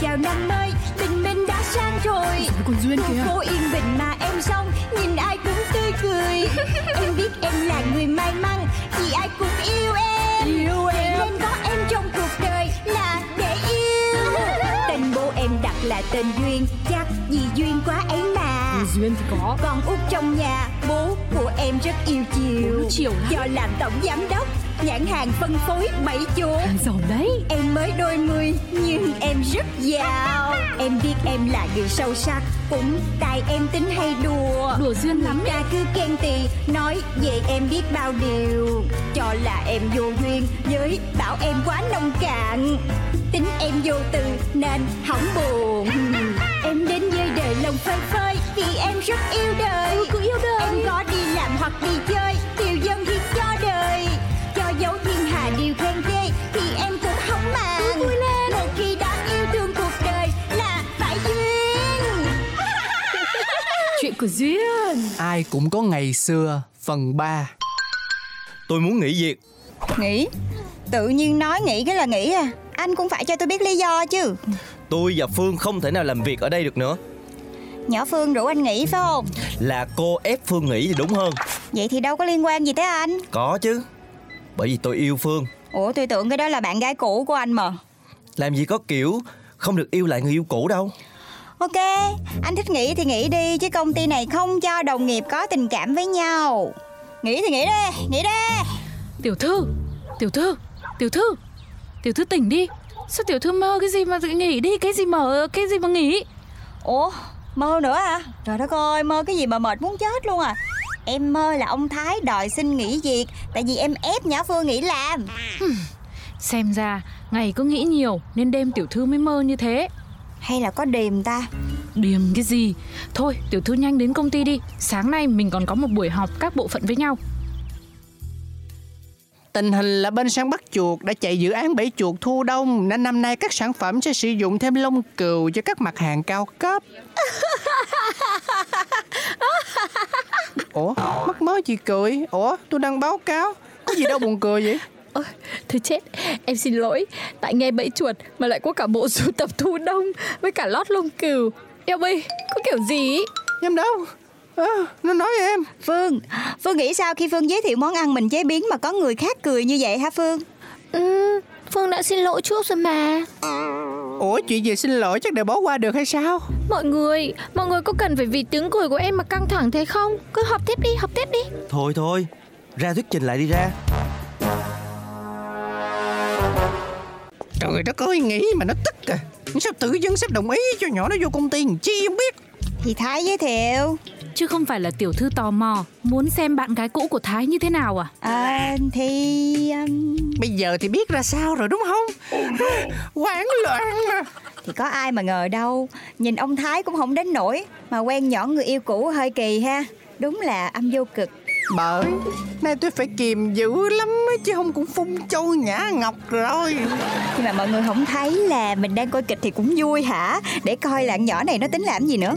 chào năm mới tình mình đã sang rồi Còn duyên khu kìa phố yên bình mà em xong nhìn ai cũng tươi cười em biết em là người may mắn vì ai cũng yêu em Yêu Vậy em. nên có em trong cuộc đời là để yêu tên bố em đặt là tên duyên chắc vì duyên quá ấy mà Còn duyên thì có con út trong nhà bố của em rất yêu Bố chiều nó chiều lắm. do làm tổng giám đốc nhãn hàng phân phối bảy chỗ Hàng giàu đấy Em mới đôi mươi nhưng em rất giàu Em biết em là người sâu sắc Cũng tại em tính hay đùa Đùa duyên lắm Người ta cứ khen tì Nói về em biết bao điều Cho là em vô duyên Với bảo em quá nông cạn Tính em vô tư nên hỏng buồn Em đến với đời lòng phơi phơi Vì em rất yêu đời cứ yêu đời. Em có đi làm hoặc đi chơi Điều dân thì cho đời Cho dấu thiên hà điều khen ghê Thì em cũng không màng vui lên Một khi đã yêu thương cuộc đời Là phải duyên Chuyện của duyên Ai cũng có ngày xưa phần 3 Tôi muốn nghỉ việc Nghĩ Tự nhiên nói nghĩ cái là nghĩ à Anh cũng phải cho tôi biết lý do chứ Tôi và Phương không thể nào làm việc ở đây được nữa Nhỏ Phương rủ anh nghĩ phải không Là cô ép Phương nghỉ thì đúng hơn Vậy thì đâu có liên quan gì tới anh Có chứ Bởi vì tôi yêu Phương Ủa tôi tưởng cái đó là bạn gái cũ của anh mà Làm gì có kiểu không được yêu lại người yêu cũ đâu Ok Anh thích nghĩ thì nghĩ đi Chứ công ty này không cho đồng nghiệp có tình cảm với nhau Nghĩ thì nghĩ đi Nghĩ đi Tiểu thư Tiểu thư Tiểu thư Tiểu thư tỉnh đi Sao tiểu thư mơ cái gì mà nghỉ đi Cái gì mà cái gì mà nghỉ Ủa mơ nữa à Trời đất ơi mơ cái gì mà mệt muốn chết luôn à Em mơ là ông Thái đòi xin nghỉ việc Tại vì em ép Nhã Phương nghỉ làm Xem ra ngày cứ nghĩ nhiều Nên đêm tiểu thư mới mơ như thế Hay là có điềm ta Điềm cái gì Thôi tiểu thư nhanh đến công ty đi Sáng nay mình còn có một buổi họp các bộ phận với nhau Tình hình là bên săn bắt chuột đã chạy dự án bẫy chuột thu đông Nên năm nay các sản phẩm sẽ sử dụng thêm lông cừu cho các mặt hàng cao cấp Ủa, mắc mớ gì cười Ủa, tôi đang báo cáo Có gì đâu buồn cười vậy Ôi, thôi chết, em xin lỗi Tại nghe bẫy chuột mà lại có cả bộ sưu tập thu đông Với cả lót lông cừu Em ơi, có kiểu gì ý? Em đâu Ờ, Nó nói em Phương, Phương nghĩ sao khi Phương giới thiệu món ăn mình chế biến mà có người khác cười như vậy hả Phương? Ừ, Phương đã xin lỗi trước rồi mà Ủa, chuyện gì xin lỗi chắc để bỏ qua được hay sao Mọi người, mọi người có cần phải vì tiếng cười của em mà căng thẳng thế không? Cứ họp tiếp đi, họp tiếp đi Thôi thôi Ra thuyết trình lại đi ra Trời đất ơi, nghĩ mà nó tức à Sao tự dưng sếp đồng ý cho nhỏ nó vô công ty làm Chi không biết Thì Thái giới thiệu Chứ không phải là tiểu thư tò mò Muốn xem bạn gái cũ của Thái như thế nào à à, Thì um, Bây giờ thì biết ra sao rồi đúng không? Hoảng loạn mà. thì có ai mà ngờ đâu Nhìn ông Thái cũng không đến nổi Mà quen nhỏ người yêu cũ hơi kỳ ha Đúng là âm vô cực Bởi nay tôi phải kiềm dữ lắm á, chứ không cũng phun châu nhã ngọc rồi. Nhưng mà mọi người không thấy là mình đang coi kịch thì cũng vui hả Để coi là con nhỏ này nó tính làm gì nữa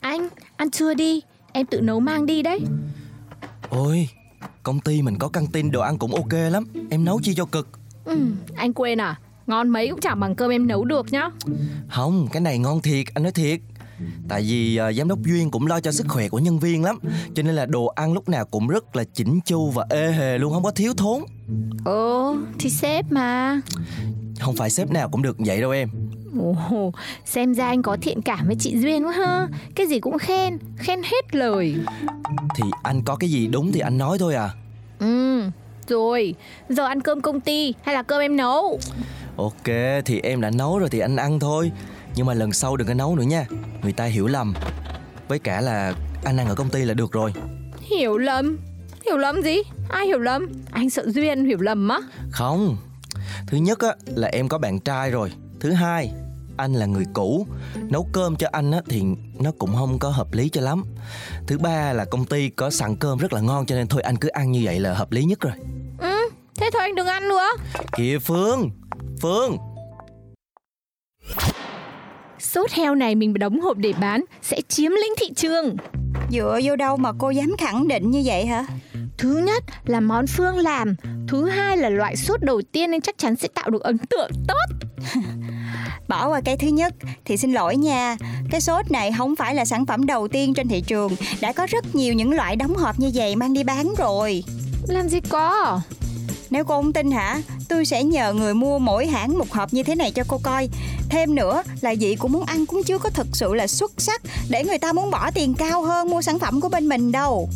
Anh, ăn trưa đi Em tự nấu mang đi đấy Ôi Công ty mình có căng tin đồ ăn cũng ok lắm Em nấu chi cho cực ừ, Anh quên à, ngon mấy cũng chẳng bằng cơm em nấu được nhá Không cái này ngon thiệt Anh nói thiệt Tại vì à, giám đốc Duyên cũng lo cho sức khỏe của nhân viên lắm Cho nên là đồ ăn lúc nào cũng rất là chỉnh chu và ê hề luôn Không có thiếu thốn Ồ, thì sếp mà Không phải sếp nào cũng được vậy đâu em Ồ, xem ra anh có thiện cảm với chị Duyên quá ha Cái gì cũng khen, khen hết lời Thì anh có cái gì đúng thì anh nói thôi à Ừ, rồi, giờ ăn cơm công ty hay là cơm em nấu? Ok thì em đã nấu rồi thì anh ăn thôi Nhưng mà lần sau đừng có nấu nữa nha Người ta hiểu lầm Với cả là anh ăn ở công ty là được rồi Hiểu lầm. Hiểu lầm gì? Ai hiểu lầm? Anh sợ Duyên hiểu lầm á. Không Thứ nhất á, là em có bạn trai rồi Thứ hai anh là người cũ Nấu cơm cho anh á, thì nó cũng không có hợp lý cho lắm Thứ ba là công ty có sẵn cơm rất là ngon Cho nên thôi anh cứ ăn như vậy là hợp lý nhất rồi Ừ, thế thôi anh đừng ăn nữa. Kìa Phương Phương Sốt heo này mình đóng hộp để bán sẽ chiếm lĩnh thị trường. Dựa vô đâu mà cô dám khẳng định như vậy hả Thứ nhất là món Phương làm, thứ hai là loại sốt đầu tiên nên chắc chắn sẽ tạo được ấn tượng tốt. Bỏ qua cái thứ nhất thì xin lỗi nha Cái sốt này không phải là sản phẩm đầu tiên trên thị trường Đã có rất nhiều những loại đóng hộp như vậy mang đi bán rồi Làm gì có? Nếu cô không tin hả Tôi sẽ nhờ người mua mỗi hãng một hộp như thế này cho cô coi Thêm nữa là vị của món ăn cũng chưa có thực sự là xuất sắc Để người ta muốn bỏ tiền cao hơn mua sản phẩm của bên mình đâu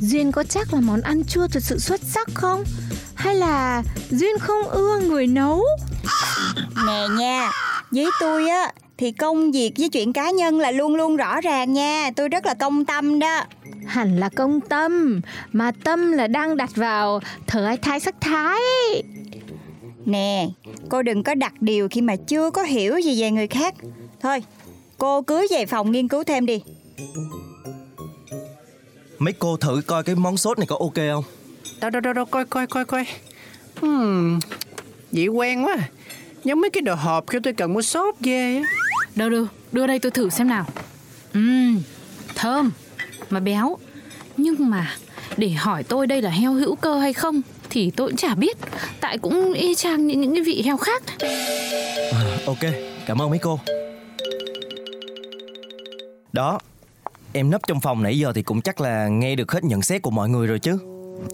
Duyên có chắc là món ăn chưa thật sự xuất sắc không? Hay là Duyên không ưa người nấu? Nè nha, với tôi á thì công việc với chuyện cá nhân là luôn luôn rõ ràng nha Tôi rất là công tâm đó Hẳn là công tâm, mà tâm là đang đặt vào thở ai thái sắc thái. Nè, cô đừng có đặt điều khi mà chưa có hiểu gì về người khác Thôi, cô cứ về phòng nghiên cứu thêm đi Mấy cô thử coi cái món sốt này có ok không? Đâu đâu đâu đâu coi coi coi coi. Hmm, vậy quen quá. Giống mấy cái đồ hộp kêu tôi cần mua sốt ghê á. Đâu đưa, đưa đây tôi thử xem nào. Ừm, thơm mà béo. Nhưng mà để hỏi tôi đây là heo hữu cơ hay không thì tôi cũng chả biết. Tại cũng y chang những những cái vị heo khác. À, ok, cảm ơn mấy cô. Đó, em nấp trong phòng nãy giờ thì cũng chắc là nghe được hết nhận xét của mọi người rồi chứ.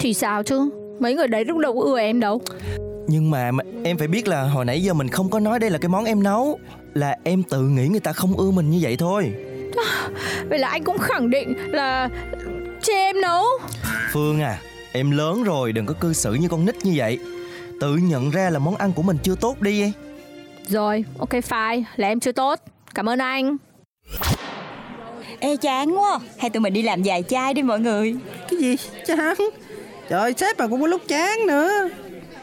Thì sao chứ Mấy người đấy lúc đầu có ưa em đâu Nhưng mà mà em phải biết là hồi nãy giờ mình không có nói đây là cái món em nấu Là em tự nghĩ người ta không ưa mình như vậy thôi Vậy là anh cũng khẳng định là Chê em nấu Phương à, em lớn rồi đừng có cư xử như con nít như vậy Tự nhận ra là món ăn của mình chưa tốt đi em Rồi ok fine Là em chưa tốt Cảm ơn anh Ê chán quá, hay tụi mình đi làm vài chai đi mọi người Cái gì? Chán. Trời ơi, sếp mà cũng có lúc chán nữa.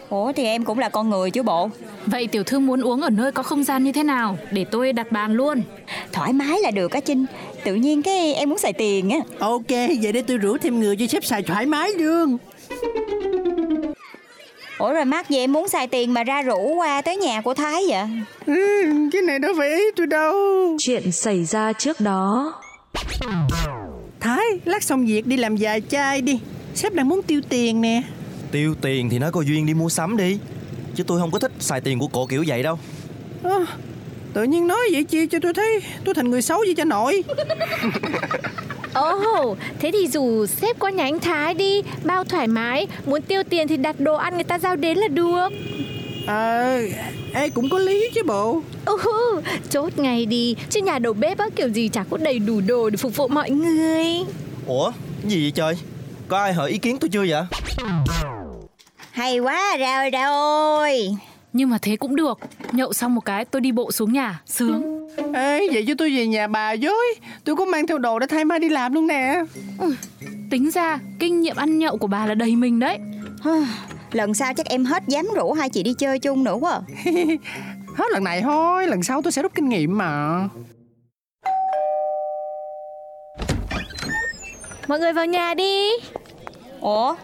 Ủa thì em cũng là con người chứ bộ Vậy tiểu thư muốn uống ở nơi có không gian như thế nào để tôi đặt bàn luôn. Thoải mái là được á Trinh Tự nhiên cái em muốn xài tiền á Ok, vậy để tôi rủ thêm người cho sếp xài thoải mái luôn. Ủa rồi mắc gì em muốn xài tiền mà ra rủ qua tới nhà của Thái vậy Ừ, cái này đâu phải ý tôi đâu. Chuyện xảy ra trước đó. Thái, lát xong việc đi làm vài chai đi. Sếp đang muốn tiêu tiền nè. Tiêu tiền thì nói cô Duyên đi mua sắm đi Chứ tôi không có thích xài tiền của cổ kiểu vậy đâu Ơ, tự nhiên nói vậy chi cho tôi thấy tôi thành người xấu vậy cho nội. Ồ, Oh, thế thì dù xếp qua nhà anh Thái đi, bao thoải mái, muốn tiêu tiền thì đặt đồ ăn người ta giao đến là được. Ờ, ê cũng có lý chứ bộ. Ừ, chốt ngày đi, chứ nhà đầu bếp á kiểu gì chả có đầy đủ đồ để phục vụ mọi người. Ủa, cái gì vậy trời? Có ai hỏi ý kiến tôi chưa vậy? Hay quá rồi rồi Nhưng mà thế cũng được. Nhậu xong một cái tôi đi bộ xuống nhà, sướng. Ê, vậy cho tôi về nhà bà với. Tôi có mang theo đồ để thay mai đi làm luôn nè. Tính ra kinh nghiệm ăn nhậu của bà là đầy mình đấy. Lần sau chắc em hết dám rủ hai chị đi chơi chung nữa quá Hết lần này thôi, lần sau tôi sẽ rút kinh nghiệm mà. Mọi người vào nhà đi. Ủa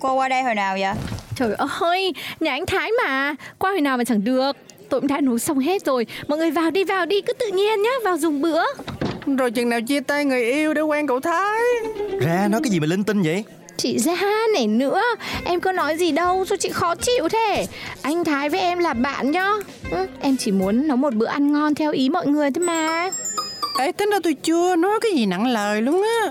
cô qua đây hồi nào vậy Trời ơi Nhà anh Thái mà Qua hồi nào mà chẳng được Tôi cũng đã nấu xong hết rồi Mọi người vào đi vào đi Cứ tự nhiên nhá Vào dùng bữa Rồi chừng nào chia tay người yêu để quen cậu Thái. Ra nói cái gì mà linh tinh vậy? Chị ra này nữa, em có nói gì đâu, sao chị khó chịu thế? Anh Thái với em là bạn nhá. Ừ, em chỉ muốn nấu một bữa ăn ngon theo ý mọi người thôi mà. Ê, tính ra tôi chưa nói cái gì nặng lời luôn á.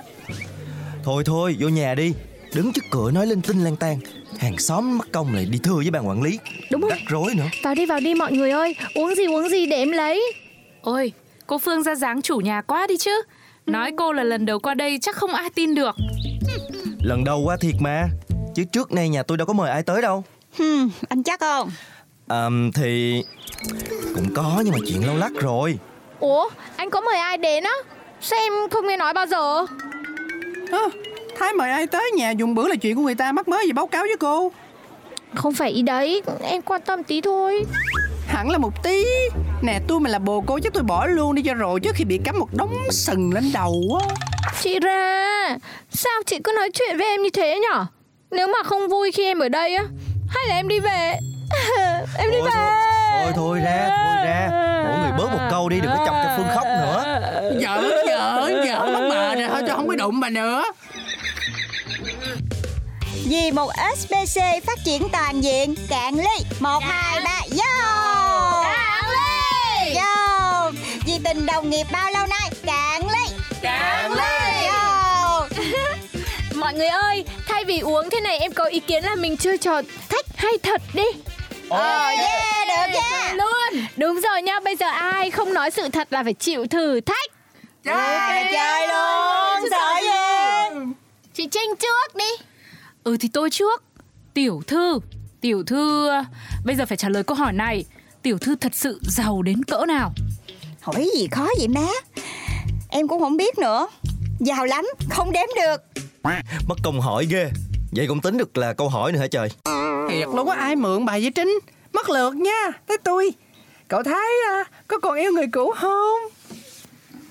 Thôi thôi, vô nhà đi Đứng trước cửa nói linh tinh lang tan Hàng xóm mất công lại đi thưa với ban quản lý Đúng rồi. Rắc rối nữa Vào đi vào đi mọi người ơi, uống gì uống gì để em lấy. Ôi, cô Phương ra dáng chủ nhà quá đi chứ. Nói Ừ. cô là lần đầu qua đây chắc không ai tin được. Lần đầu quá thiệt mà Chứ trước nay nhà tôi đâu có mời ai tới đâu hmm, Anh chắc không Ờm, thì cũng có nhưng mà chuyện lâu lắc rồi Ủa, anh có mời ai đến á? Sao em không nghe nói bao giờ? Ơ, Thái mời ai tới nhà dùng bữa là chuyện của người ta mắc mới gì báo cáo với cô. Không phải ý đấy, em quan tâm tí thôi. Hẳn là một tí. Nè, tôi mà là bồ cô chắc tôi bỏ luôn đi cho rồi trước khi bị cắm một đống sừng lên đầu á. Chị ra Sao chị cứ nói chuyện với em như thế nhở Nếu mà không vui khi em ở đây á Hay là em đi về Em đi thôi, về thôi, thôi thôi ra thôi ra mỗi người bớt một câu đi đừng có chọc cho phương khóc nữa Giỡn, Ừ. giỡn, giỡn mất bà rồi thôi, tôi không có đụng bà nữa. Vì một SBC phát triển toàn diện Cạn ly Một, hai, ba, Yo Cạn ly Yo Vì tình đồng nghiệp bao lâu nay Cạn ly Cạn ly Yo Mọi người ơi, thay vì uống thế này em có ý kiến là mình chơi trò thách hay thật đi Dạ, Ờ yeah được Dạ. nha Luôn Đúng rồi nha, bây giờ ai không nói sự thật là phải chịu thử thách Chơi chơi luôn Sợ gì Chị Trinh trước đi Ừ thì tôi trước Tiểu thư Tiểu thư ờ, Bây giờ phải trả lời câu hỏi này Tiểu thư thật sự giàu đến cỡ nào Hỏi gì khó vậy má Em cũng không biết nữa Giàu lắm, không đếm được Mất công hỏi ghê Vậy cũng tính được là câu hỏi nữa hả trời Thiệt luôn á ai mượn bài với Trinh Mất lượt nha Tới tôi Cậu Thái à, có còn yêu người cũ không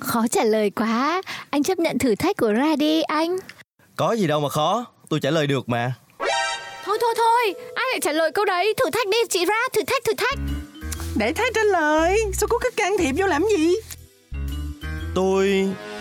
Khó trả lời quá Anh chấp nhận thử thách của Ra đi anh Có gì đâu mà khó Tôi trả lời được mà Thôi thôi thôi, ai lại trả lời câu đấy Thử thách đi chị ra, thử thách thử thách Để Thái trả lời Sao cô cứ can thiệp vô làm gì Tôi